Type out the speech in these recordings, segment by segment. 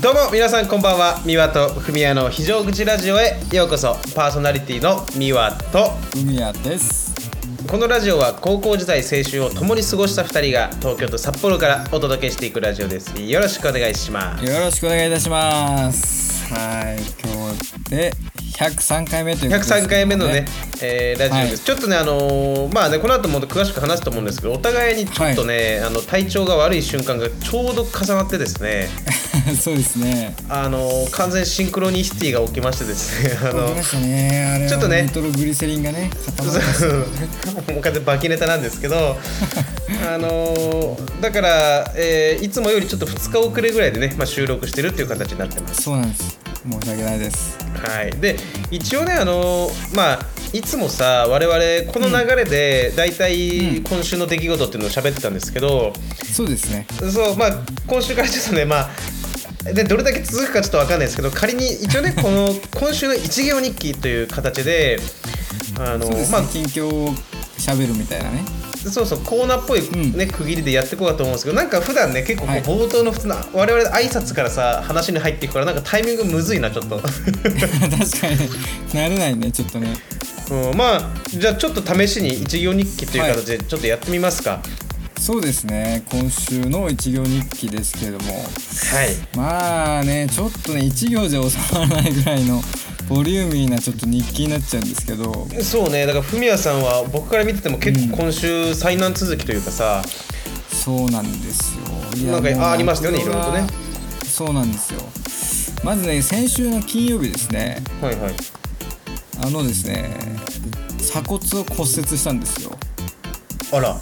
どうも皆さんこんばんはミワとフミヤの非常口ラジオへようこそパーソナリティのミワと海谷ですこのラジオは高校時代青春を共に過ごした2人が東京と札幌からお届けしていくラジオですよろしくお願いしますよろしくお願いいたしますはい今日で103回目ということです103回目のね、えーラジオです、ちょっとねあのーまあねこの後もっと詳しく話すと思うんですけどお互いにちょっとね、あの体調が悪い瞬間がちょうど重なってですね そうですねあのー完全シンクロニシティが起きましてですねああのりましたねあれはちょっとねニトログリセリンがね 固まっそうもう完全にバキネタなんですけどあのーだから、えーいつもよりちょっと2日遅れぐらいでね、まあ、収録してるっていう形になってますそうなんです申し訳ないですはい、で一応ねあのまあいつもさ我々この流れで大体今週の出来事っていうのを喋ってたんですけど、そうですねそうまあ今週からちょっとねまあでどれだけ続くかちょっとわかんないですけど仮に一応ねこの今週の一行日記という形であのそうですね、まあ近況を喋るみたいなね そうそうコーナーっぽい、んね区切りでやっていこうかと思うんですけどなんか普段ね結構こうはい冒頭の普通の、我々の挨拶からさ話に入っていくからなんかタイミングむずいなちょっと。 確かに慣れないねちょっとねうん、まあじゃあちょっと試しに一行日記という形でちょっとやってみますかそうですね今週の一行日記ですけれどもはい、まあねちょっとね1行じゃ収まらないぐらいのボリューミーなちょっと日記になっちゃうんですけどそうねだからフミヤさんは僕から見てても結構今週災難続きというかさ、そうなんですよいやなんかもうあありましたよね僕はいろいろとねそうなんですよまずね先週の金曜日ですねはいはいあのですね鎖骨を骨折したんですよあら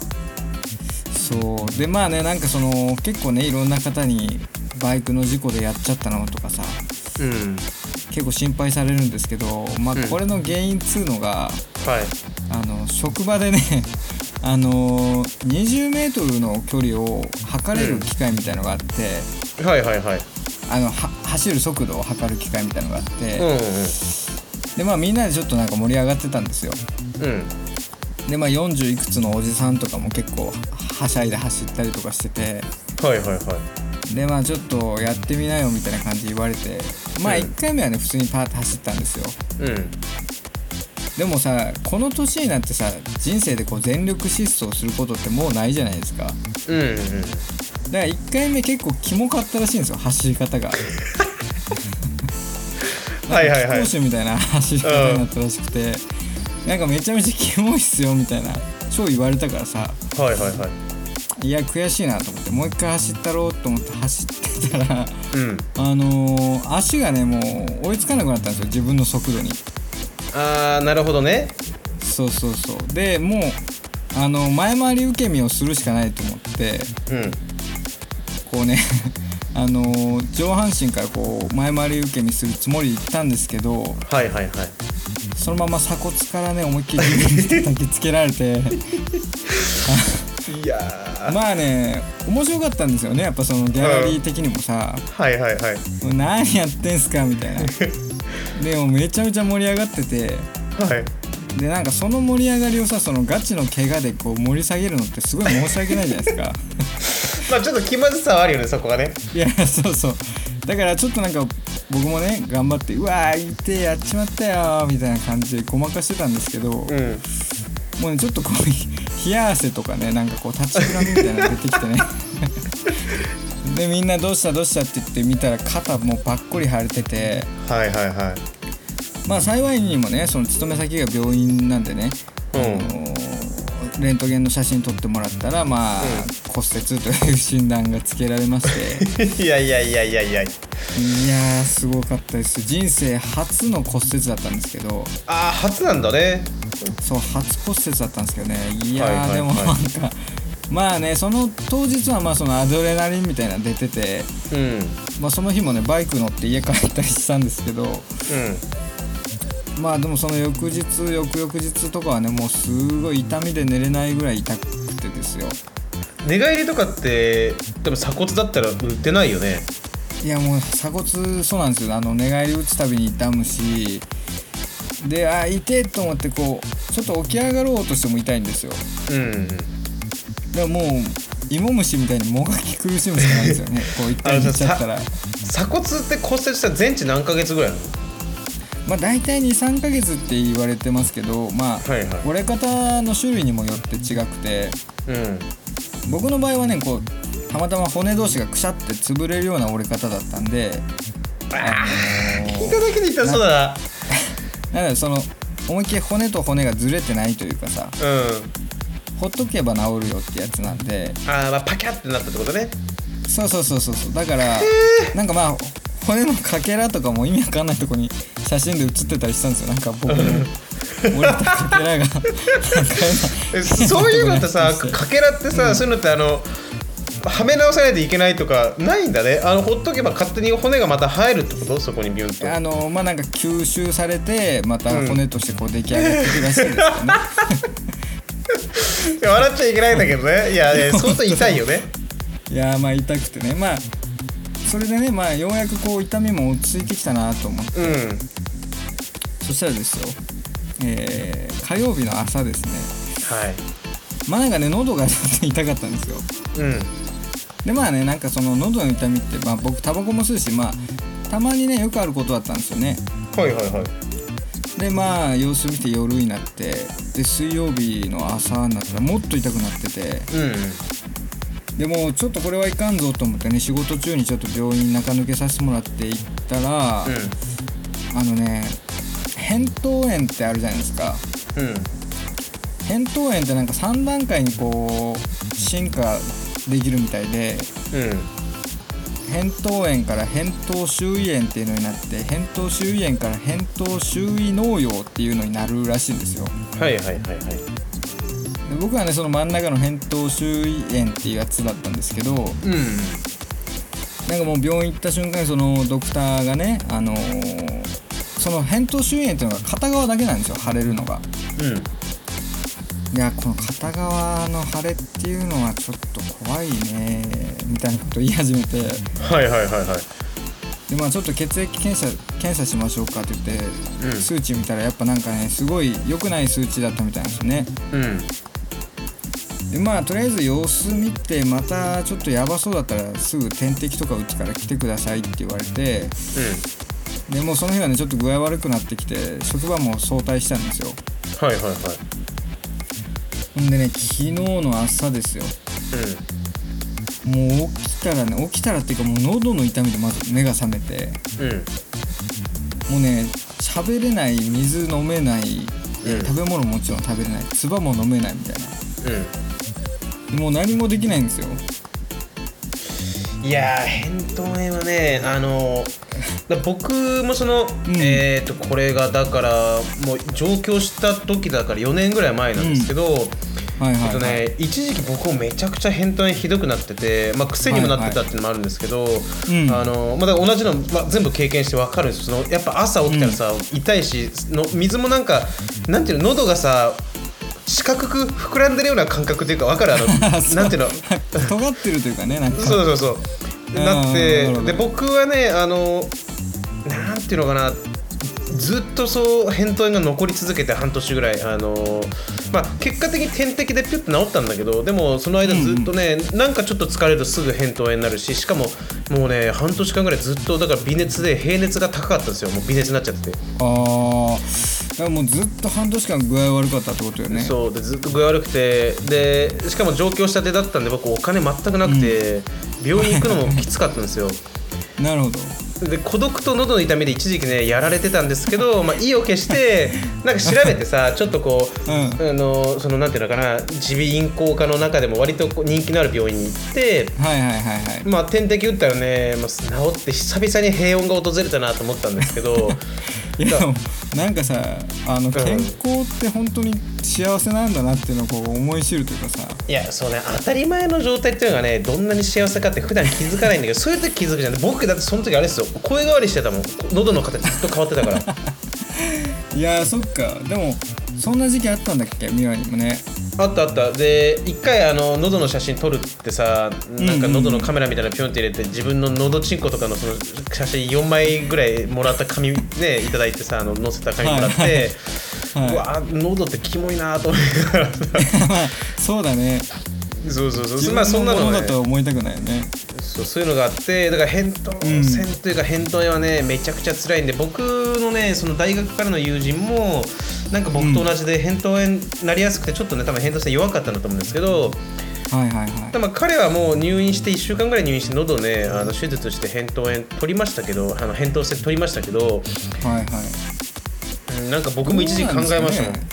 そうでまあねなんかその結構ねいろんな方にバイクの事故でやっちゃったのとかさうん結構心配されるんですけどまあうんこれの原因っつうのはが、いあの職場でね あの20メートルの距離を測れる機械みたいのがあって、はいはいはいあのは走る速度を測る機械みたいのがあって、うんうんでまあみんなでちょっとなんか盛り上がってたんですようんでまあ40いくつのおじさんとかも結構ははしゃいで走ったりとかしててはいはいはいでまあちょっとやってみなよみたいな感じ言われてまあうん1回目はね普通にパーッと走ったんですようんでもさこの年になってさ人生でこう全力疾走することってもうないじゃないですかうんうんだから1回目結構キモかったらしいんですよ走り方がはいはいはい講師みたいな走り方になったらしくて、なんかめちゃめちゃキモいっすよみたいな超言われたからさはいはいはいいや悔しいなと思ってもう一回走ったろうと思って走ってたら うんあのー足がねもう追いつかなくなったんですよ自分の速度にああなるほどねそうそうそうでもうあの前回り受け身をするしかないと思ってうんこうね あのー上半身からこう前回り受け身するつもりで行ったんですけどはいはいはいそのまま鎖骨からね思いっきり自分に叩きつけられていやーまあね面白かったんですよねやっぱそのギャラリー的にもさはいはいはい「もう何やってんすか」みたいなでもめちゃめちゃ盛り上がっててはいでなんかその盛り上がりをさそのガチの怪我でこう盛り下げるのってすごい申し訳ないじゃないですかまあちょっと気まずさはあるよねそこがねいやそうそうだからちょっとなんか僕もね頑張って「うわー痛えやっちまったよ」みたいな感じでごまかしてたんですけど、うんもうねちょっとこうひ冷や汗とかねなんかこう立ちくらみみたいなの出てきてねでみんな「どうしたどうした」って言って見たら肩もうばっこり腫れててはいはいはいまあ幸いにもねその勤め先が病院なんでね、うんあのーレントゲンの写真撮ってもらったらまあ、骨折という診断がつけられまして いやいやいやいやいやいやーすごかったです人生初の骨折だったんですけどああ初なんだねそう初骨折だったんですけどねいやー、はいはいはいでもなんかまあねその当日はまあそのアドレナリンみたいなの出てて、うんうんまあ、その日もねバイク乗って家帰ったりしたんですけどまあでもその翌日翌々日とかはねもうすごい痛みで寝れないぐらい痛くてですよ寝返りとかってでも鎖骨だったら打てないよねいやもう鎖骨そうなんですよあの寝返り打つたびに痛むしであー痛えと思ってこうちょっと起き上がろうとしても痛いんですようんでももう芋虫みたいにもがき苦しむしかないんです よねこう一回言っちゃったら鎖骨って骨折したら全治何ヶ月ぐらいなのまあ大体23ヶ月って言われてますけどまあ、はいはい折れ方の種類にもよって違くてうん僕の場合はねこうたまたま骨同士がくしゃって潰れるような折れ方だったんであのー聞いただけで痛そうだななのでその思いっきり骨と骨がずれてないというかさうんほっとけば治るよってやつなんであー、まあパキャってなったってことねそうそうそうそうそうだから、なんかまあ骨のかけらとかも意味わかんないとこに写真で写ってたりしたんですよなんか僕の折れたかけらがなんかえ そういうのってさかけらってさ、そういうのってあのはめ直さないといけないとかないんだねあのほっとけば勝手に骨がまた入るってことそこにビュン 今あとのまあなんか吸収されてまた骨としてこう出来上がってくるらしいですよね、いや笑っちゃいけないんだけど ねいやいや相当痛いよねいやーまあ痛くてねまあそれでねまあようやくこう痛みも落ち着いてきたなと思ってうんそしたらですよえー、火曜日の朝ですねはいまあなんかね喉が痛かったんですようんでまあねなんかその喉の痛みって、まあ、僕タバコも吸うしまあたまにねよくあることだったんですよねはいはいはいでまあ様子見て夜になってで水曜日の朝になったらもっと痛くなっててうんでもうちょっとこれはいかんぞと思ってね仕事中にちょっと病院中抜けさせてもらって行ったら、あのね扁桃炎ってあるじゃないですかうんうん扁桃炎ってなんか3段階にこう進化できるみたいでうん扁桃炎から扁桃周囲炎っていうのになって扁桃周囲炎から扁桃周囲脳瘍っていうのになるらしいんですよはいはいはいはいで僕はねその真ん中の扁桃周囲炎っていうやつだったんですけどうんなんかもう病院行った瞬間にそのドクターがねあのーその扁桃周囲炎っていうのが片側だけなんですよ腫れるのがうんいやこの片側の腫れっていうのはちょっと怖いねみたいなこと言い始めてはいはいはいはいでまあちょっと血液検査検査しましょうかって言って、うん数値見たらやっぱなんかねすごい良くない数値だったみたいなんですよねうんでまあとりあえず様子見てまたちょっとやばそうだったらすぐ点滴とか打つから来てくださいって言われてうでもうその日はねちょっと具合悪くなってきて職場も早退したんですよんはいはいはいほんでね昨日の朝ですよもう起きたらね起きたらっていうかもう喉の痛みでまず目が覚めてうんうんもうね喋れない水飲めない、うん食べ物ももちろん食べれない唾も飲めないみたいなもう何もできないんですようんいやー扁桃炎はねあのだ僕もその、んえっ、とこれがだからもう上京した時だから4年ぐらい前なんですけど、はいえっはい、とはいね、一時期僕もめちゃくちゃ扁桃炎ひどくなってて、まあ、癖にもなってたっていうのもあるんですけど、うんあのまあだから同じの、まあ、全部経験して分かるんですよそのやっぱ朝起きたらさ、痛いしの水もなんかなんていうの喉がさ四角く膨らんでるような感覚っていうか分かるあの そうなんていうの 尖ってるというかねなんかそうそうそううんなってなるほどで僕はねあのなんていうのかなずっとそう扁桃炎が残り続けて半年ぐらいあの、まあ、結果的に点滴でピュッと治ったんだけどでもその間ずっとね、なんかちょっと疲れるとすぐ扁桃炎になるししかももうね半年間ぐらいずっとだから微熱で平熱が高かったんですよもう微熱になっちゃってて、ああだからもうずっと半年間具合悪かったってことよねそうでずっと具合悪くてでしかも上京したてだったんで僕お金全くなくて、病院行くのもきつかったんですよ。なるほどで孤独と喉の痛みで一時期ねやられてたんですけど、まあ、意を決してなんか調べてさちょっとこう、うんあのそのなんていうのかな耳鼻咽喉科の中でも割とこう人気のある病院に行って、はいはいはいはいまあ、点滴打ったらね、まあ、治って久々に平穏が訪れたなと思ったんですけ どいやでもなんかさあのん健康って本当に幸せなんだなっていうのをこう思い知るというかさいやそうね当たり前の状態っていうのがねどんなに幸せかって普段気づかないんだけどそういう時気づくじゃん僕だってその時あれですよ声変わりしてたもん喉の形ずっと変わってたからいやーそっかでもそんな時期あったんだっけミワにもね あったあったで一回あの喉の写真撮るってさなんか喉のカメラみたいなのピョンって入れて自分の喉チンコとかのその写真4枚ぐらいもらった紙ねいただいてさあの載せた紙もらって、はいはいう わ喉ってキモいなと思いながらさまあそうだねそうそうそう自まあそん分のなもののねだとは思いたくないよねそうそういうのがあってだから扁桃腺というか扁桃炎はねめちゃくちゃ辛いんで僕のねその大学からの友人もなんか僕と同じで扁桃炎なりやすくてちょっとね多分扁桃腺弱かったんだと思うんですけどはいはいはいただまあ彼はもう入院して1週間ぐらい入院して喉をねあの手術して扁桃炎取りましたけどあの扁桃腺取りましたけど、はいはいうんなんか僕も一時考えましたもんどうなんですかね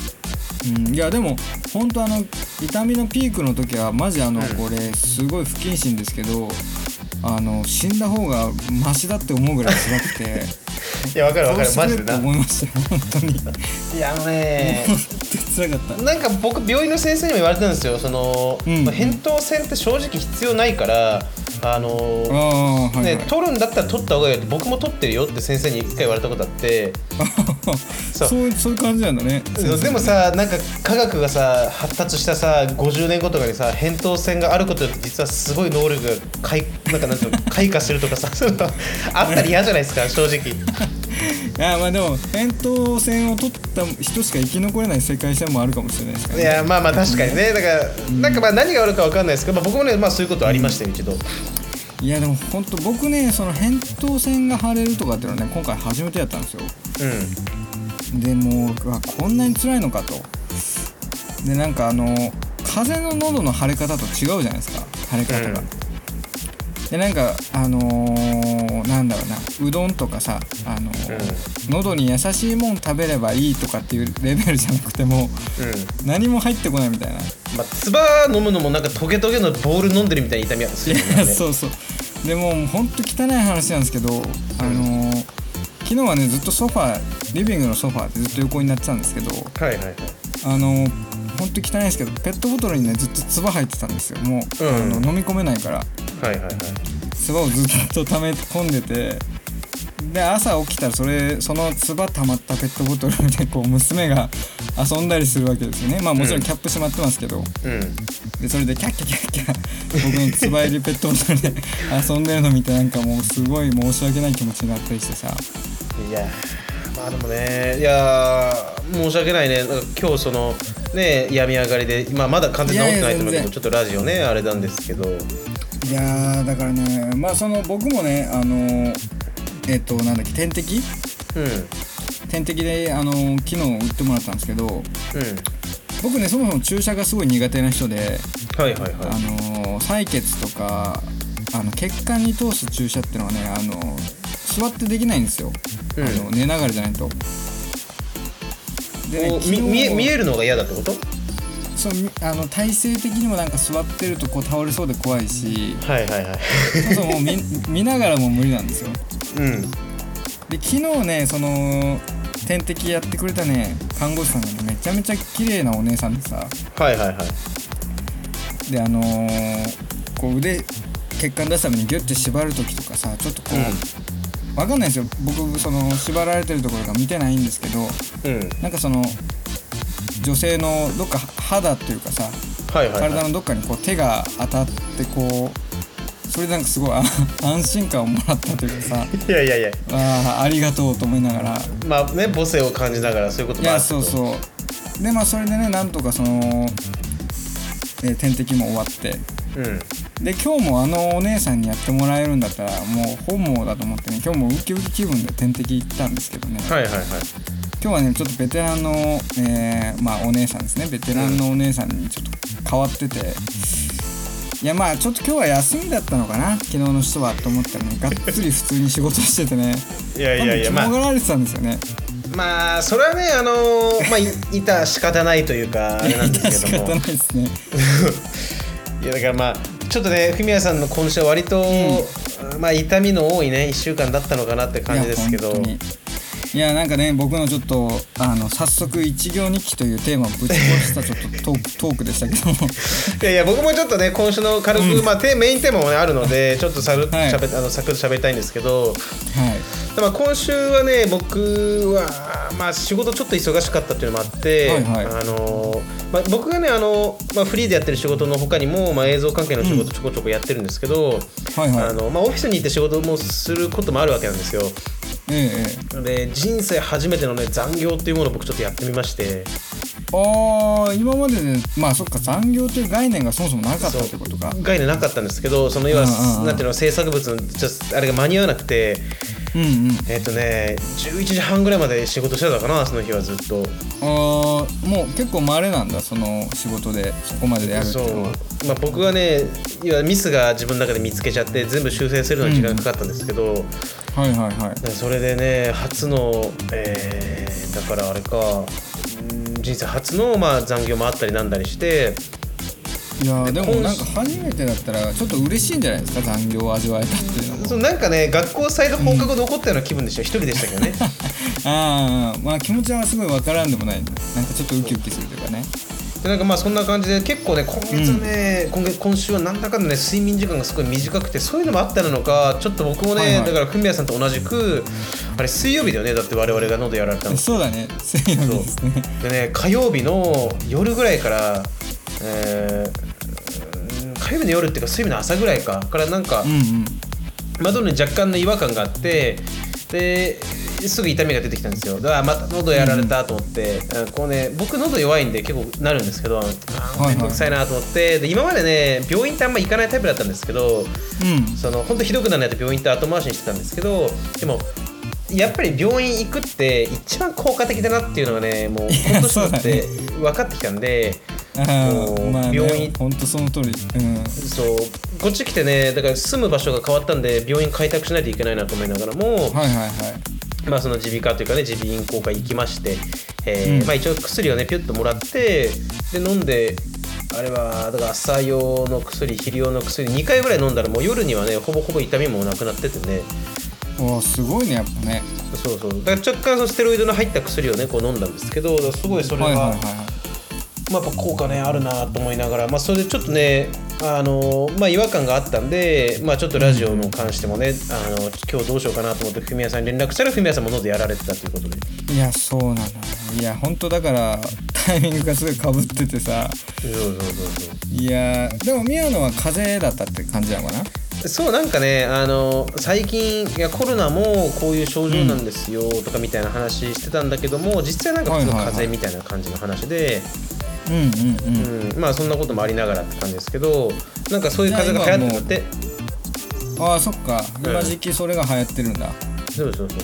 うん、いやでも本当あの痛みのピークの時はマジあの、これすごい不謹慎ですけどあの死んだ方がマシだって思うぐらい辛くていやわか るわかるどマうジすでるなと思いましたよ本当に本いやあのね当に辛かっ たなんか僕病院の先生にも言われたんですよその、うんまあ扁桃腺って正直必要ないからあのああはい、はいね、 取るんだったら取った方がいいよって僕も取ってるよって先生に一回言われたことあってそうそうそういう感じなんだねそうでもさなんか科学がさ発達したさ50年後とかにさ扁桃腺があることで実はすごい能力が開なんかなんていうの開花してるとかさ そういうのあったら嫌じゃないですか正直いやまあでも扁桃腺を取った人しか生き残れない世界線もあるかもしれないですからいねやまあまあ確かにねだからなんかまあ何があるか分かんないですけど、まあ、僕もね、まあ、そういうことありましたよ一度、いやでも本当僕ねその扁桃腺が腫れるとかっていうのはね今回初めてやったんですようでもううわこんなに辛いのかとでなんかあの風邪の喉の腫れ方と違うじゃないですか腫れ方が、うんでなんかあのーなんだろうなうどんとかさ、あのー喉に優しいもん食べればいいとかっていうレベルじゃなくてもんうん何も入ってこないみたいなまあ唾飲むのもなんかトゲトゲのボール飲んでるみたいな痛みがすいるよねや そうそうでもうほんと汚い話なんですけどあのー昨日はねずっとソファーリビングのソファーでずっと横になってたんですけどはいはいはいあのーほんと汚いんですけどペットボトルにねずっと唾入ってたんですよもう、うんあの飲み込めないからはいはいはい唾をずっと溜め込んでてで朝起きたらそれその唾溜まったペットボトルでこう娘が遊んだりするわけですよねまあもちろんキャップしまってますけど、うんでそれでキャッキャキャッキャ僕につば入りペットボトルで遊んでるの見てなんかもうすごい申し訳ない気持ちになったりしてさいやーまあでもねいやー申し訳ないねなんか今日そのね病み上がりで、まあ、まだ完全に治ってないと思うけどいやいや全然ちょっとラジオねあれなんですけどいやーだからねまあその僕もねあのーえっとなんだっけ点滴うんうん点滴であのー昨日打ってもらったんですけど僕ねそもそも注射がすごい苦手な人で、はいはいあはのー採血とかあの血管に通す注射ってのはねあのー座ってできないんですよ、うんあの寝ながらじゃないと。いこうみ見え見えるのが嫌だってことそうみあの体勢的にもなんか座ってるとこう倒れそうで怖いしはいはい はいそうそうもう見見ながらも無理なんですようんで昨日ねその点滴やってくれたね看護師さんが、ね、めちゃめちゃ綺麗なお姉さんでさはいはいはいであのーこう腕血管出すためにギュッて縛る時とかさちょっとこう、わかんないですよ僕その縛られてるところが見てないんですけどうんうんなんかその女性のどっか肌っていうかさはいはい体はいのどっかにこう手が当たってこうそれなんかすごいあ安心感をもらったというかさいやいやいやああありがとうと思いながらいまあね母性を感じながらそういうこともあやるけそどうそうでまあそれでねなんとかその、えー点滴も終わってうんで今日もあのお姉さんにやってもらえるんだったらもう本望だと思ってね今日もウキウキ気分で点滴行ったんですけどねはいはいはい今日はねちょっとベテランの、えーまあ、お姉さんですねベテランのお姉さんにちょっと変わってて、いやまあちょっと今日は休みだったのかな昨日の人はと思ったらねがっつり普通に仕事しててねいやいやいや多分まあ肝がられてたんですよね、まあそれはねあのーまあいいた仕方ないというかあれなんですけ仕ど方も ないですねいやだからまあちょっとねフミヤさんの今週は割と、まあ痛みの多いね1週間だったのかなって感じですけどいや本当にいやなんかね僕のちょっとあの早速一行日記というテーマをぶち壊したちょっとトークトークでしたけどもいやいや僕もちょっとね今週の軽く、まあ、テメインテーマも、ね、あるのでちょっとさる、はいしゃべあのサクッと喋りたいんですけどはいでまあ今週はね僕は、まあ、仕事ちょっと忙しかったっていうのもあって、はいはいあのまあ、僕がねあの、まあ、フリーでやってる仕事の他にも、まあ、映像関係の仕事ちょこちょこやってるんですけど、はいはいあのまあ、オフィスに行って仕事もすることもあるわけなんですよ。ええええで人生初めてのね残業っていうものを僕ちょっとやってみましてああ今まででまあそっか残業という概念がそもそもなかったってことか概念なかったんですけどその要は、うんうんうんなんていうの制作物のちょっとあれが間に合わなくてうんうんえっ、とね11時半ぐらいまで仕事してたかなその日はずっとあーもう結構稀なんだその仕事でそこまでやるってそいううのは、まあ、僕はね要はミスが自分の中で見つけちゃって全部修正するのに時間かかったんですけど、はいはいはいそれでね初の、えーだからあれかうん人生初の、まあ、残業もあったりなんだりしていやーででも今なんか初めてだったらちょっと嬉しいんじゃないですか残業を味わえたっていうのもそうなんかね学校祭の放課後残ったような気分でした、一人でしたけどね ああまあ気持ちはすごいわからんでもないねなんかちょっとウキウキするというかねでなんかまあそんな感じで結構ね今月ね、今月今週はなんだかんだね睡眠時間がすごい短くてそういうのもあったのかちょっと僕もね、はいはいだから組合さんと同じくあれ水曜日だよねだって我々が喉やられたのそうだね水曜日ですねでね火曜日の夜ぐらいから、えーうん火曜日の夜っていうか水曜日の朝ぐらいかからなんかうんうん窓に若干の違和感があってですぐ痛みが出てきたんですよだからまた喉やられたと思って、あこうね僕喉弱いんで結構なるんですけどあいは面い倒くさいなと思ってで今までね病院ってあんま行かないタイプだったんですけどうんその本当ひどくならないと病院って後回しにしてたんですけどでもやっぱり病院行くって一番効果的だなっていうのがねもう今年になっいやて分かってきたんであもーうまあ病ね院ほんとその通りうんそうこっち来てねだから住む場所が変わったんで病院開拓しないといけないなと思いながらも、はいはいはいまあその耳鼻科というかね耳鼻咽喉科行きまして、えーうんまあ、一応薬をねピュッともらってで飲んであれはだから朝用の薬昼用の薬2回ぐらい飲んだらもう夜にはねほぼほぼ痛みもなくなっててねおーすごいねやっぱねそうそうだから若干そのステロイドの入った薬をねこう飲んだんですけどだからすごいそれが、はいはいはいはいまあ、やっぱ効果ねあるなと思いながら、まあ、それでちょっとねあの、まあ、違和感があったんで、まあ、ちょっとラジオの関してもね、あの今日どうしようかなと思ってフミヤさんに連絡したらフミヤさんも喉やられてたということでいやそうなのよいや本当だから タイミングがすごいかぶっててさそうそうそうそういやーでも宮野は風邪だったって感じなのかなそうなんかねあの最近いやコロナもこういう症状なんですよとかみたいな話してたんだけども、実際なんか普通の風邪みたいな感じの話で、うんうんうんうん、まあそんなこともありながらって感じですけどなんかそういう風が流行ってたってあーそっかうん今時期それが流行ってるんだ、そうそうそう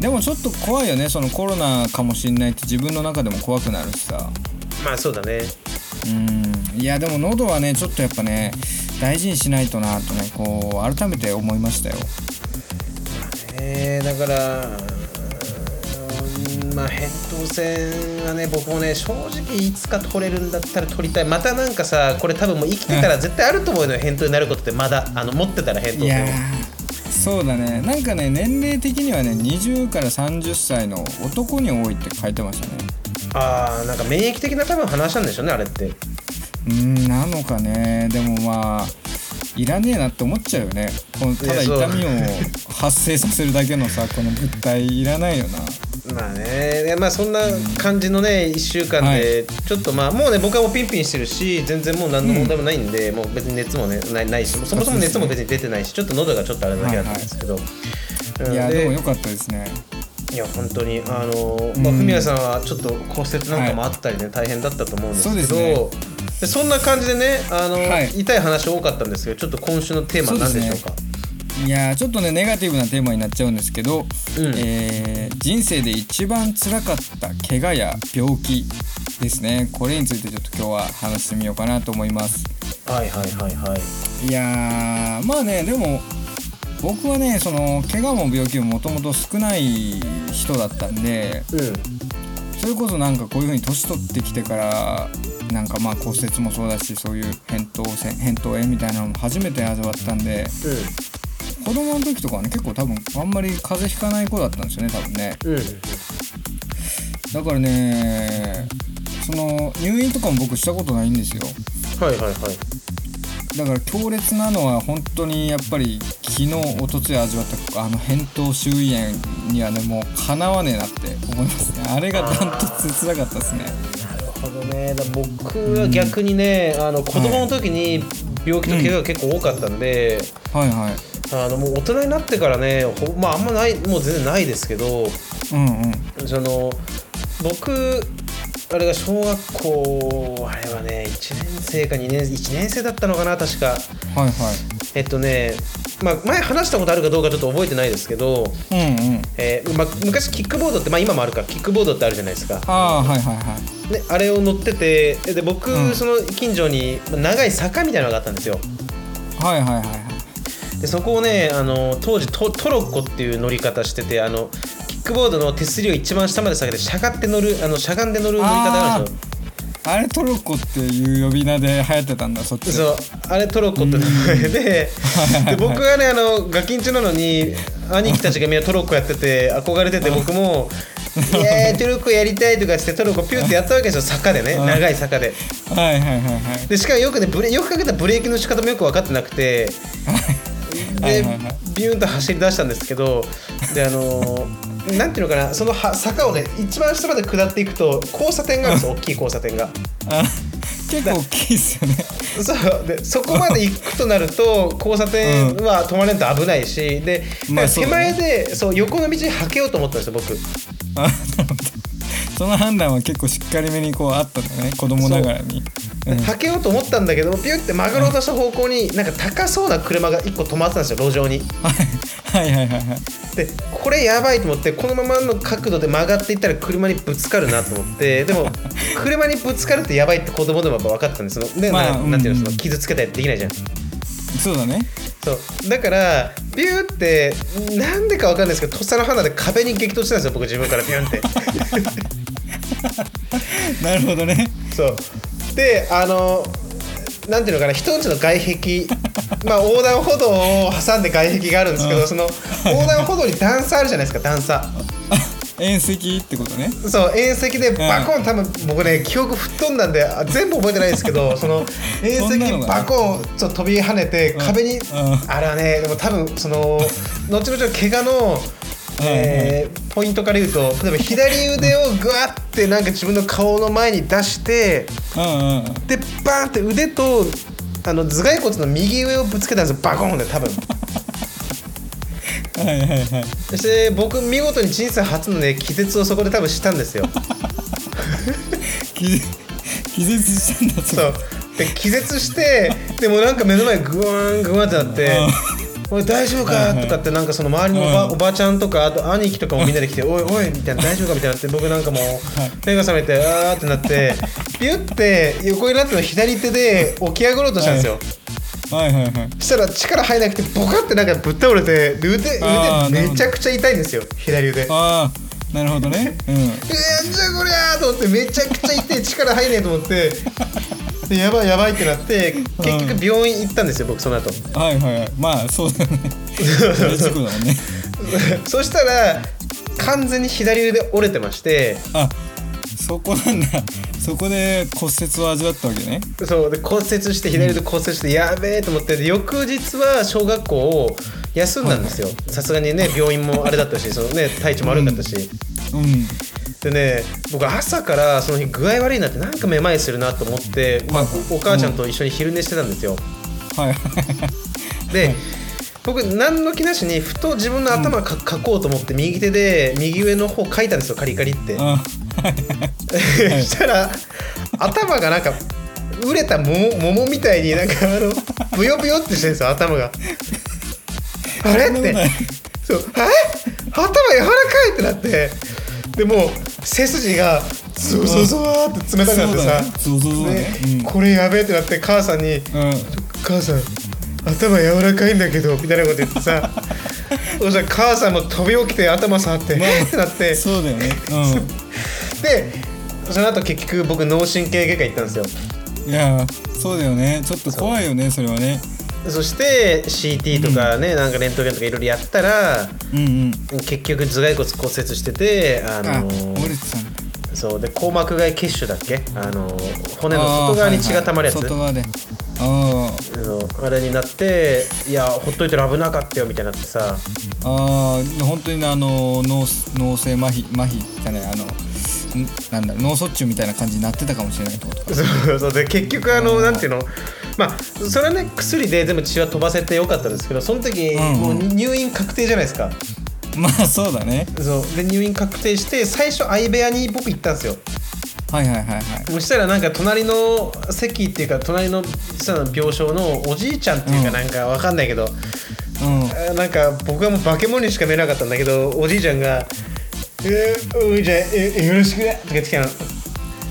でもちょっと怖いよねそのコロナかもしんないって自分の中でも怖くなるしさまあそうだねうんいやでも喉はねちょっとやっぱね大事にしないとなとねこう改めて思いましたよえー、だからうーんまあ扁桃腺はね僕もね正直いつか取れるんだったら取りたいまたなんかさこれ多分もう生きてたら絶対あると思うのよ扁桃になることってまだあの持ってたら扁い桃や腺をーそうだねなんかね年齢的にはね20から30歳の男に多いって書いてましたねあーなんか免疫的な多分話なんでしょうねあれってうーんなのかねでもまあいらねえなって思っちゃうよねこのただいやそう痛みを発生させるだけのさこの物体いらないよなまあねいやまあそんな感じのね1週間はでちょっとまあもうね僕はもうピンピンしてるし全然もう何の問題もないんで、もう別に熱もねないないしそもそも熱も別に出てないしちょっと喉がちょっとあれだけだったんですけど、うんいやででも良かったですねいや本当にあのんまあ文也さんはちょっと骨折なんかもあったりね、大変だったと思うんですけどそうででそんな感じでねあの、はい痛い話多かったんですけどちょっと今週のテーマは何でしょうかいやーちょっとねネガティブなテーマになっちゃうんですけうど、んえー人生で一番辛かった怪我や病気ですねこれについてちょっと今日は話してみようかなと思いますはいはいはいはいいやーまあねでも僕はねその怪我も病気ももともと少ない人だったんでうんそれこそなんかこういう風に年取ってきてからなんかまあ骨折もそうだしそういう扁桃腺扁桃炎みたいなのも初めて味わったんで子供の時とかはね結構多分あんまり風邪ひかない子だったんですよね多分ねうんうんだからねその入院とかも僕したことないんですよはいはいはいだから強烈なのは本当にやっぱり昨日一昨日味わったあの扁桃周囲炎にはねもうかなわねえなって思いますねあれがダントツ辛かったですねなるほどねだ僕は逆にね、あの子供の時に病気と怪我が結構多かったんで、はいはいあのもう大人になってからねほまああんまないもう全然ないですけどうんうんその僕あれが小学校あれはね1年生か2年1年生だったのかな確かはいえっとね、まあ、前話したことあるかどうかちょっと覚えてないですけど、はいうんうんえーまあ、昔キックボードって、まあ、今もあるかキックボードってあるじゃないですかああーはいはいはいであれを乗っててで僕、うんその近所にまあ長い坂みたいなのがあったんですよはいはいはいはいでそこをねあの当時トトロッコっていう乗り方しててあのキックボードの手すりを一番下まで下げてしゃがって乗るあのしゃがんで乗る乗り方あるでしょあれトロッコっていう呼び名で流行ってたんだそっちそうあれトロッコって名前でで僕がねあのガキンチなのに兄貴たちがみんなトロッコやってて憧れてて僕も「イエーイトロッコやりたい」とかしてトロッコピューってやったわけですよ坂でねうん長い坂ではいはいはいはいでしかもよくねブレよくかけたブレーキの仕方もよく分かってなくて はいではいはいビューンと走り出したんですけどであのーなんていうのかなそのは坂をね一番下まで下っていくと交差点があるん ですよ大きい交差点が。あ結構大きいっすよね そうでそこまで行くとなると交差点は止まれんと危ないしで、まあ手そうだね前でそう横の道にはけようと思ったんですよ僕あなるほどその判断は結構しっかりめにこうあったんだね子供ながらにう、ん、はけようと思ったんだけどピュって曲がろうとした方向になんか高そうな車が1個止まってたんですよ路上にはいはいはいはいはいでこれやばいと思ってこのままの角度で曲がっていったら車にぶつかるなと思 ってでも車にぶつかるってやばいって子供でもやっぱ分かってたんですよで、まあななんていうのうんその傷つけたりできないじゃんそうだねそうだからビューってなんでかわかんないですけどとっさの花で壁に激突したんですよ僕自分からビューン ってなるほどねそうであのなんていうのかな人んちの外壁まあ横断歩道を挟んで外壁があるんですけど、その横断歩道に段差あるじゃないですか段差遠石ってことねそう遠石でバコン、多分僕ね記憶吹っ飛んだんであ全部覚えてないですけ どその遠そんなの石がバコンちょっと飛び跳ねてん壁に、うんあれはねでも多分その後々怪我の、えーポイントから言うと例えば左腕をグワッてなんか自分の顔の前に出してうんうんうんでバーンって腕とあの頭蓋骨の右上をぶつけたんですよバコンで多 分。はいはいはいそして僕見事に人生初のね気絶をそこで多分したんですよ。気絶気絶したんだそれそうで気絶してでもなんか目の前グワーングワーンってなって「おい大丈夫はいか?」はいとかってなんかその周りのおば,、うんおばちゃんとかあと兄貴とかもみんなで来て「おいおい」みたいな「大丈夫か?」みたいになって僕なんかもう目が覚めてあーってなってピュって横になっての左手で起き上がろうとしたんですよ。はいはいはいしたら力入らなくてボカってなんかぶっ倒れてで腕あー腕めちゃくちゃ痛いんですよ左腕。ああなるほどねうんえー、じゃあこりゃーと思ってめちゃくちゃ痛い力入んねえと思ってでやばいやばいってなって結局病院行ったんですよ僕その後 はいはいはいまあそうだよね大事故だもんねそしたら完全に左腕折れてましてあそこなんだそこで骨折を味わったわけねそうで骨折して左腕骨折してやべえと思ってで翌日は小学校を休んだんですよさすがにね病院もあれだったしその、ね、体調も悪かったし、うんでね僕朝からその日具合悪いなってなんかめまいするなと思って、まあ、おお母ちゃんと一緒に昼寝してたんですよ、はいはいで僕何の気なしにふと自分の頭か書こうと思って右手で右上の方書いたんですよカリカリ ってあはいはいしたら頭がなんか熟れた桃桃みたいになんかあのブヨブヨってしてるんですよ頭 があれそんっなことてないそう「え頭柔らかい!」ってなってでもう背筋がゾゾゾーって冷たくなってさ、そうだねそうそうそうねねうんこれやべえってなって母さんにうん母さん頭柔らかいんだけどみたいなこと言って さそしたら母さんも飛び起きて頭触って、まあえ ってなってそうだよねでその後結局僕脳神経外科行ったんですようんいやそうだよねちょっと怖いよねそれはねそして CT とかね、なんかレントゲンとかいろいろやったらうんうん結局頭蓋骨骨折しててああのー折れてたんだそうで硬膜外血腫だっけあのー骨の外側に血が溜まるやつあーはいはい外側でそうあれになっていやほっといたら危なかったよみたいになってさあーあー本当にあの脳脳性麻痺麻痺じゃないあのんなんだろう脳卒中みたいな感じになってたかもしれないってことかそう そうで結局あのなんていうのまあそれはね薬で全部血は飛ばせてよかったんですけどその時、うんうんもう入院確定じゃないですか まあそうだねそうで入院確定して最初相部屋に僕行ったんですよはいはいはいはいそしたらなんか隣の席っていうか隣のさ病床のおじいちゃんっていううかんなんかわかんないけど、うんあーなんか僕はもう化け物にしか見えなかったんだけどおじいちゃんが「えー、おじいちゃんええよろしくね」とか言ってきたの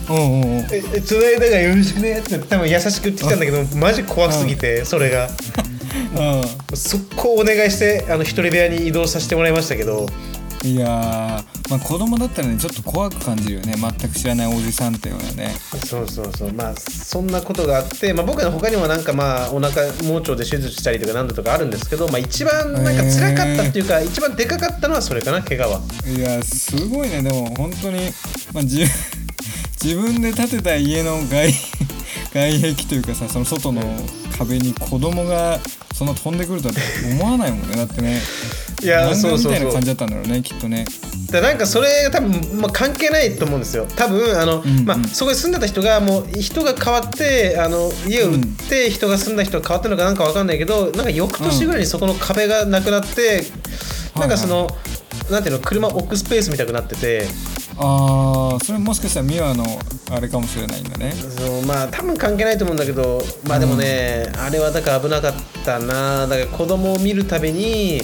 うんうんう「んええ繋いだからよろしくね」って多分優しく言ってきたんだけどマジ怖すぎてそれがう速攻お願いしてあの一人部屋に移動させてもらいましたけどんいやー、まあ、子供だったらねちょっと怖く感じるよね全く知らないおじさんっていうのはねそうそうそうまあそんなことがあって、まあ、僕は他にもなんかまあお腹盲腸で手術したりとかなんだとかあるんですけど、まあ、一番なんか辛かったっていうか、一番でかかったのはそれかな怪我はいやすごいねでも本当に、まあ、自 分自分で建てた家の外 外壁というかさその外の壁に子供がそんな飛んでくるとは思わないもんねだってねいや漫画そうそうみたいそなう感じだったんだろうねきっとねだからなんかそれが多分、まあ、関係ないと思うんですよ多分あの、うんうんまあ、そこに住んでた人がもう人が変わってあの家を売って人が住んだ人が変わったのかなんかわかんないけどなんか翌年ぐらいにそこの壁がなくなって、うんなんかその、なんていうの車置くスペースみたくなってて。ああそれもしかしたらミワのあれかもしれないんだねそうまあ多分関係ないと思うんだけどまあでもね、あれはだから危なかったなだから子供を見るたびに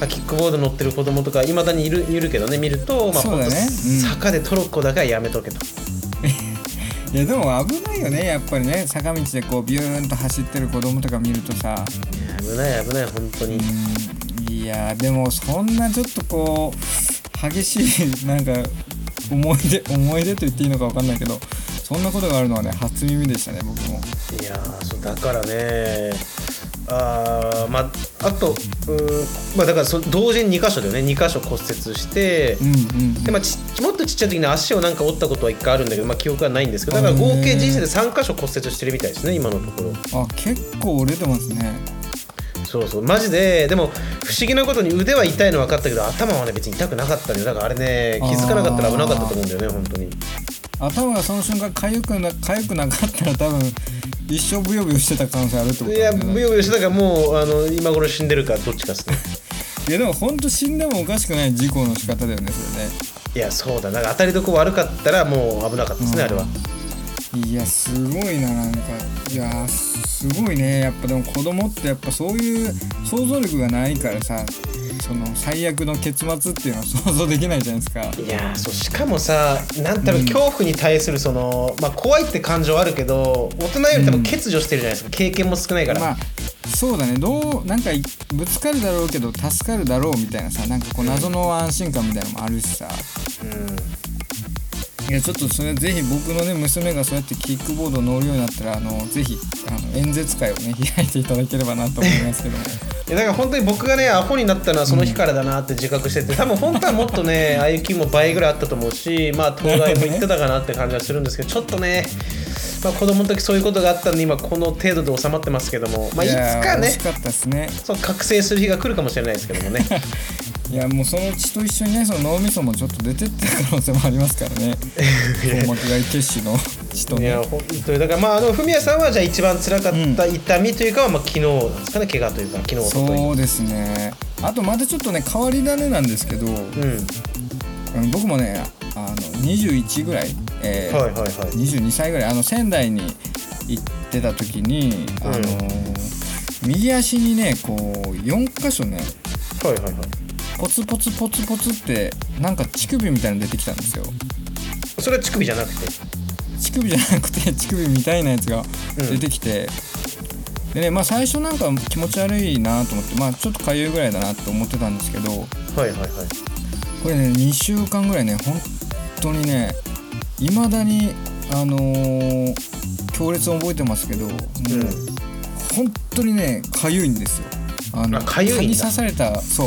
あキックボード乗ってる子供とかいまだにいるいるけどね見ると、まあそうだねほんとうん坂でトロッコだけはやめとけと、いやでも危ないよねやっぱりね坂道でこうビューンと走ってる子供とか見るとさ危ない危ない本当に、うんいやでもそんなちょっとこう激しいなんか思い出 思い出と言っていいのか分かんないけどそんなことがあるのはね初耳でしたね僕もいやーそうだからねあーまああとうーんまあだからそ同時に2箇所だよね2箇所骨折して、うんうんでまあ、ちもっとちっちゃい時に足をなんか折ったことは1回あるんだけど、まあ、記憶はないんですけどだから合計人生で3箇所骨折してるみたいですね今のところあ結構折れてますねそうそうマジででも不思議なことに腕は痛いの分かったけど頭はね別に痛くなかったんだよだからあれね気づかなかったら危なかったと思うんだよね本当に頭がその瞬間かゆくなかゆくなかったら多分一生ブヨブヨしてた可能性あるってこといだやよねブヨブヨしてたからもうあの今頃死んでるかどっちかっすねいやでもほんと死んでもおかしくない事故の仕方だよねそれねいやそうだなんか当たりどこ悪かったらもう危なかったですね、うんあれはいやすごいななんかいやすごいねやっぱでも子供ってやっぱそういう想像力がないからさその最悪の結末っていうのは想像できないじゃないですかいやーそうしかもさなんだろう、恐怖に対するその、まあ、怖いって感情はあるけど大人より多分欠如してるじゃないですか、経験も少ないから、まあそうだねどうなんかいぶつかるだろうけど助かるだろうみたいなさなんかこう謎の安心感みたいなのもあるしさうんいやちょっとそれぜひ僕のね娘がそうやってキックボードを乗るようになったらあのぜひあの演説会をね開いていただければなと思いますけどもいやだから本当に僕がねアホになったのはその日からだなって自覚してて多分本当はもっとね IQ も倍ぐらいあったと思うしまあ東大も行ってたかなって感じはするんですけどちょっとね、まあ、子供の時そういうことがあったんで今この程度で収まってますけども、 まあ、いつかやー惜ねしかったですねそう覚醒する日が来るかもしれないですけどもねいやもうその血と一緒にねその脳みそもちょっと出てってる可能性もありますから ね硬膜外血腫の血といねや本当にだからまああのフミヤさんはじゃあ一番辛かった痛みというかは、まあ、昨日なんですかね怪我というか昨日おとといそうですねあとまたちょっとね変わり種なんですけど、うんうん僕もねあの21ぐらい、えーはいはいはい22歳ぐらいあの仙台に行ってた時に、うんあの右足にねこう4箇所ねはいはいはいポツポツポツポツってなんか乳首みたいなの出てきたんですよそれは乳首じゃなくて乳首じゃなくて 乳首みたいなやつが出てきて、でねまあ最初なんか気持ち悪いなと思ってまあちょっとかゆいぐらいだなと思ってたんですけどこはいはいはいれね2週間ぐらいね本当にねいまだにあのー強烈を覚えてますけどもう、うん本当にねかゆいんですよああかゆいんだ蚊に刺されたそ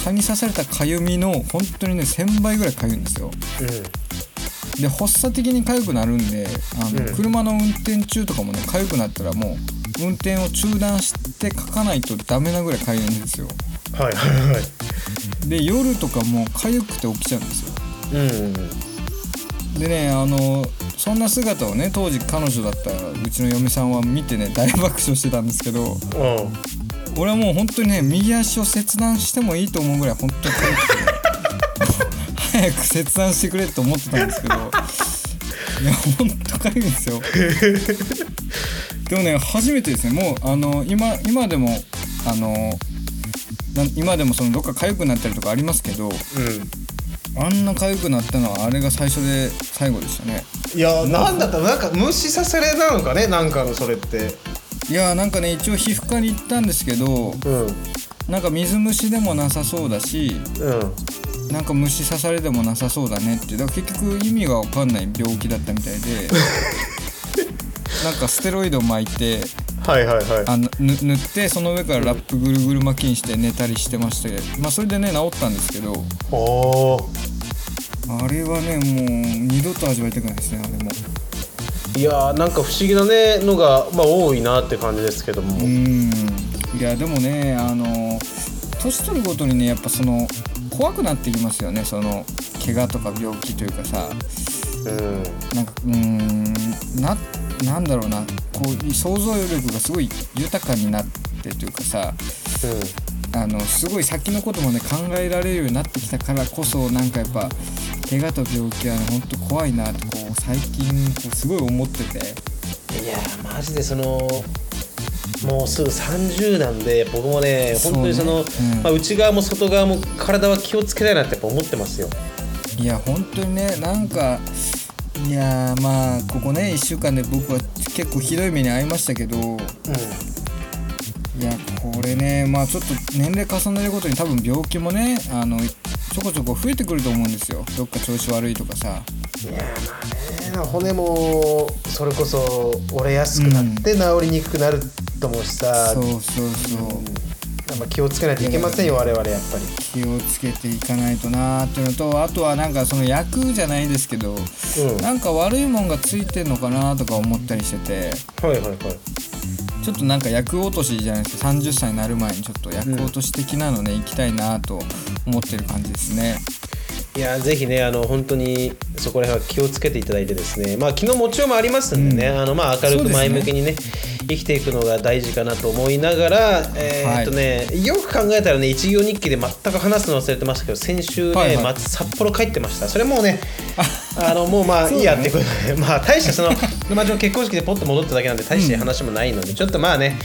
う蚊に刺されたかゆみの本当にね1000倍ぐらいかゆいんですようで発作的に痒くなるんであの、うん車の運転中とかもね痒くなったらもう運転を中断して書かないとダメなぐらい痒いんですよんはいはいはいで夜とかもう痒くて起きちゃうんですようんでねあのそんな姿をね当時彼女だったうちの嫁さんは見てね大爆笑してたんですけどうん俺はもう本当にね右足を切断してもいいと思うぐらい本当に痒くて早く切断してくれと思ってたんですけどいやほんとかゆいんですよでもね初めてですねもうあの今今でもあのなん今でもそのどっか痒くなったりとかありますけどうあんな痒くなったのはあれが最初で最後でしたねんいやーなんだったなんか無視させれなのかねなんかのそれっていやーなんかね一応皮膚科に行ったんですけどうんなんか水虫でもなさそうだしうんなんか虫刺されでもなさそうだねっていうだから結局意味が分かんない病気だったみたいでなんかステロイド巻いてはいはいはあのぬ塗ってその上からラップぐるぐる巻きにして寝たりしてましたけど、まあ、それでね治ったんですけどいおーあれはねもう二度と味わいたくないですねあれもいやーなんか不思議なねのが、まあ、多いなって感じですけども、うーんいやでもねあの年取るごとにねやっぱその怖くなってきますよねその怪我とか病気というかさうんなんかうーんななんだろうなこう想像力がすごい豊かになってというかさあのすごい先のことまで考えられるようになってきたからこそなんかやっぱ怪我と病気はねほんと怖いなってこう最近こうすごい思ってていやーマジでそのもうすぐ30なんで僕もね本当にそのそうねうんまあ、内側も外側も体は気をつけたいなってやっぱ思ってますよいや本当にねなんかいやーまあここね1週間で僕は結構ひどい目に遭いましたけどういやこれねまあちょっと年齢重ねるごとに多分病気もねあのちょこちょこ増えてくると思うんですよどっか調子悪いとかさんいやーまあね骨もそれこそ折れやすくなって治りにくくなると思うしさ、そうそうそうやっぱ気をつけないといけませんよ我々やっぱり気をつけていかないとなーっていうのとあとはなんかその薬じゃないですけどうんなんか悪いもんがついてんのかなとか思ったりしててはいはいはいちょっとなんか薬落としじゃないですか30歳になる前にちょっと薬落とし的なのね、行きたいなと思ってる感じですねいやぜひねあの本当にそこら辺は気をつけていただいてですねまあ昨日もちろんもありますんでね、あのまあ明るく前向きにね生きていくのが大事かなと思いながら、えーはいっとねよく考えたらね一行日記で全く話すの忘れてましたけど先週ね、はいはいま札幌帰ってましたそれもうねあのもうまあいいやってことで、 まあ大してそのまあでも結婚式でポッと戻っただけなんで大して話もないので、ちょっとまあね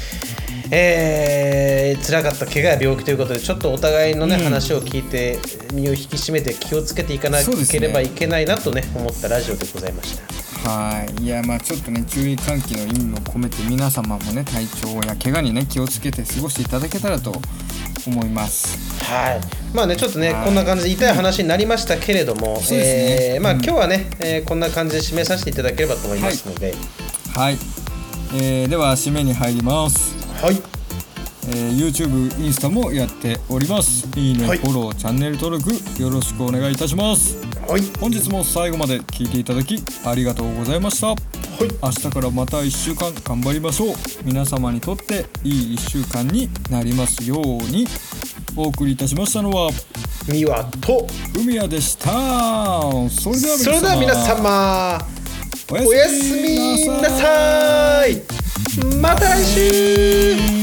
えー、辛かった怪我や病気ということでちょっとお互いのね、うん話を聞いて身を引き締めて気をつけていかなそうですねければいけないなとね思ったラジオでございましたはいいやまあちょっとね注意喚起の意味も込めて皆様もね体調や怪我にね気をつけて過ごしていただけたらと思いますはいまあねちょっとねはいこんな感じで痛い話になりましたけれども、そうですねえーまあうん今日はね、えーこんな感じで締めさせていただければと思いますのではい、えー、では締めに入りますはいえー YouTube、インスタもやっております。いいね、はいフォロー、チャンネル登録よろしくお願いいたします。はいはい本日も最後まで聞いていただきありがとうございました。明日からまた1週間頑張りましょう。皆様にとっていい1週間になりますように。お送りいたしましたのは、みわと海やでした。それでは皆様、それでは皆様おおややすすみなみなさい。さいまた来週